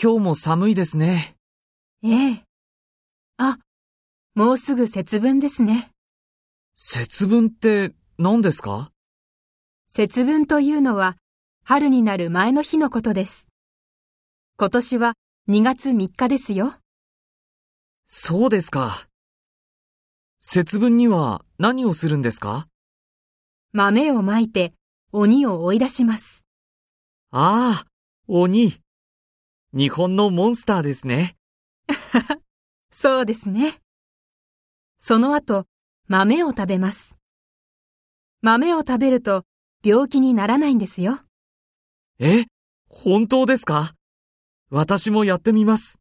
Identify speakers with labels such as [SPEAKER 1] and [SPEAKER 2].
[SPEAKER 1] 今日も寒いですね。
[SPEAKER 2] ええ。あ、もうすぐ節分ですね。
[SPEAKER 1] 節分って何ですか
[SPEAKER 2] 節分というのは、春になる前の日のことです。今年は2月3日ですよ。
[SPEAKER 1] そうですか。節分には何をするんですか
[SPEAKER 2] 豆をまいて、鬼を追い出します。
[SPEAKER 1] ああ、鬼。日本のモンスターですね。
[SPEAKER 2] そうですね。その後、豆を食べます。豆を食べると、病気にならないんですよ。
[SPEAKER 1] え、本当ですか私もやってみます。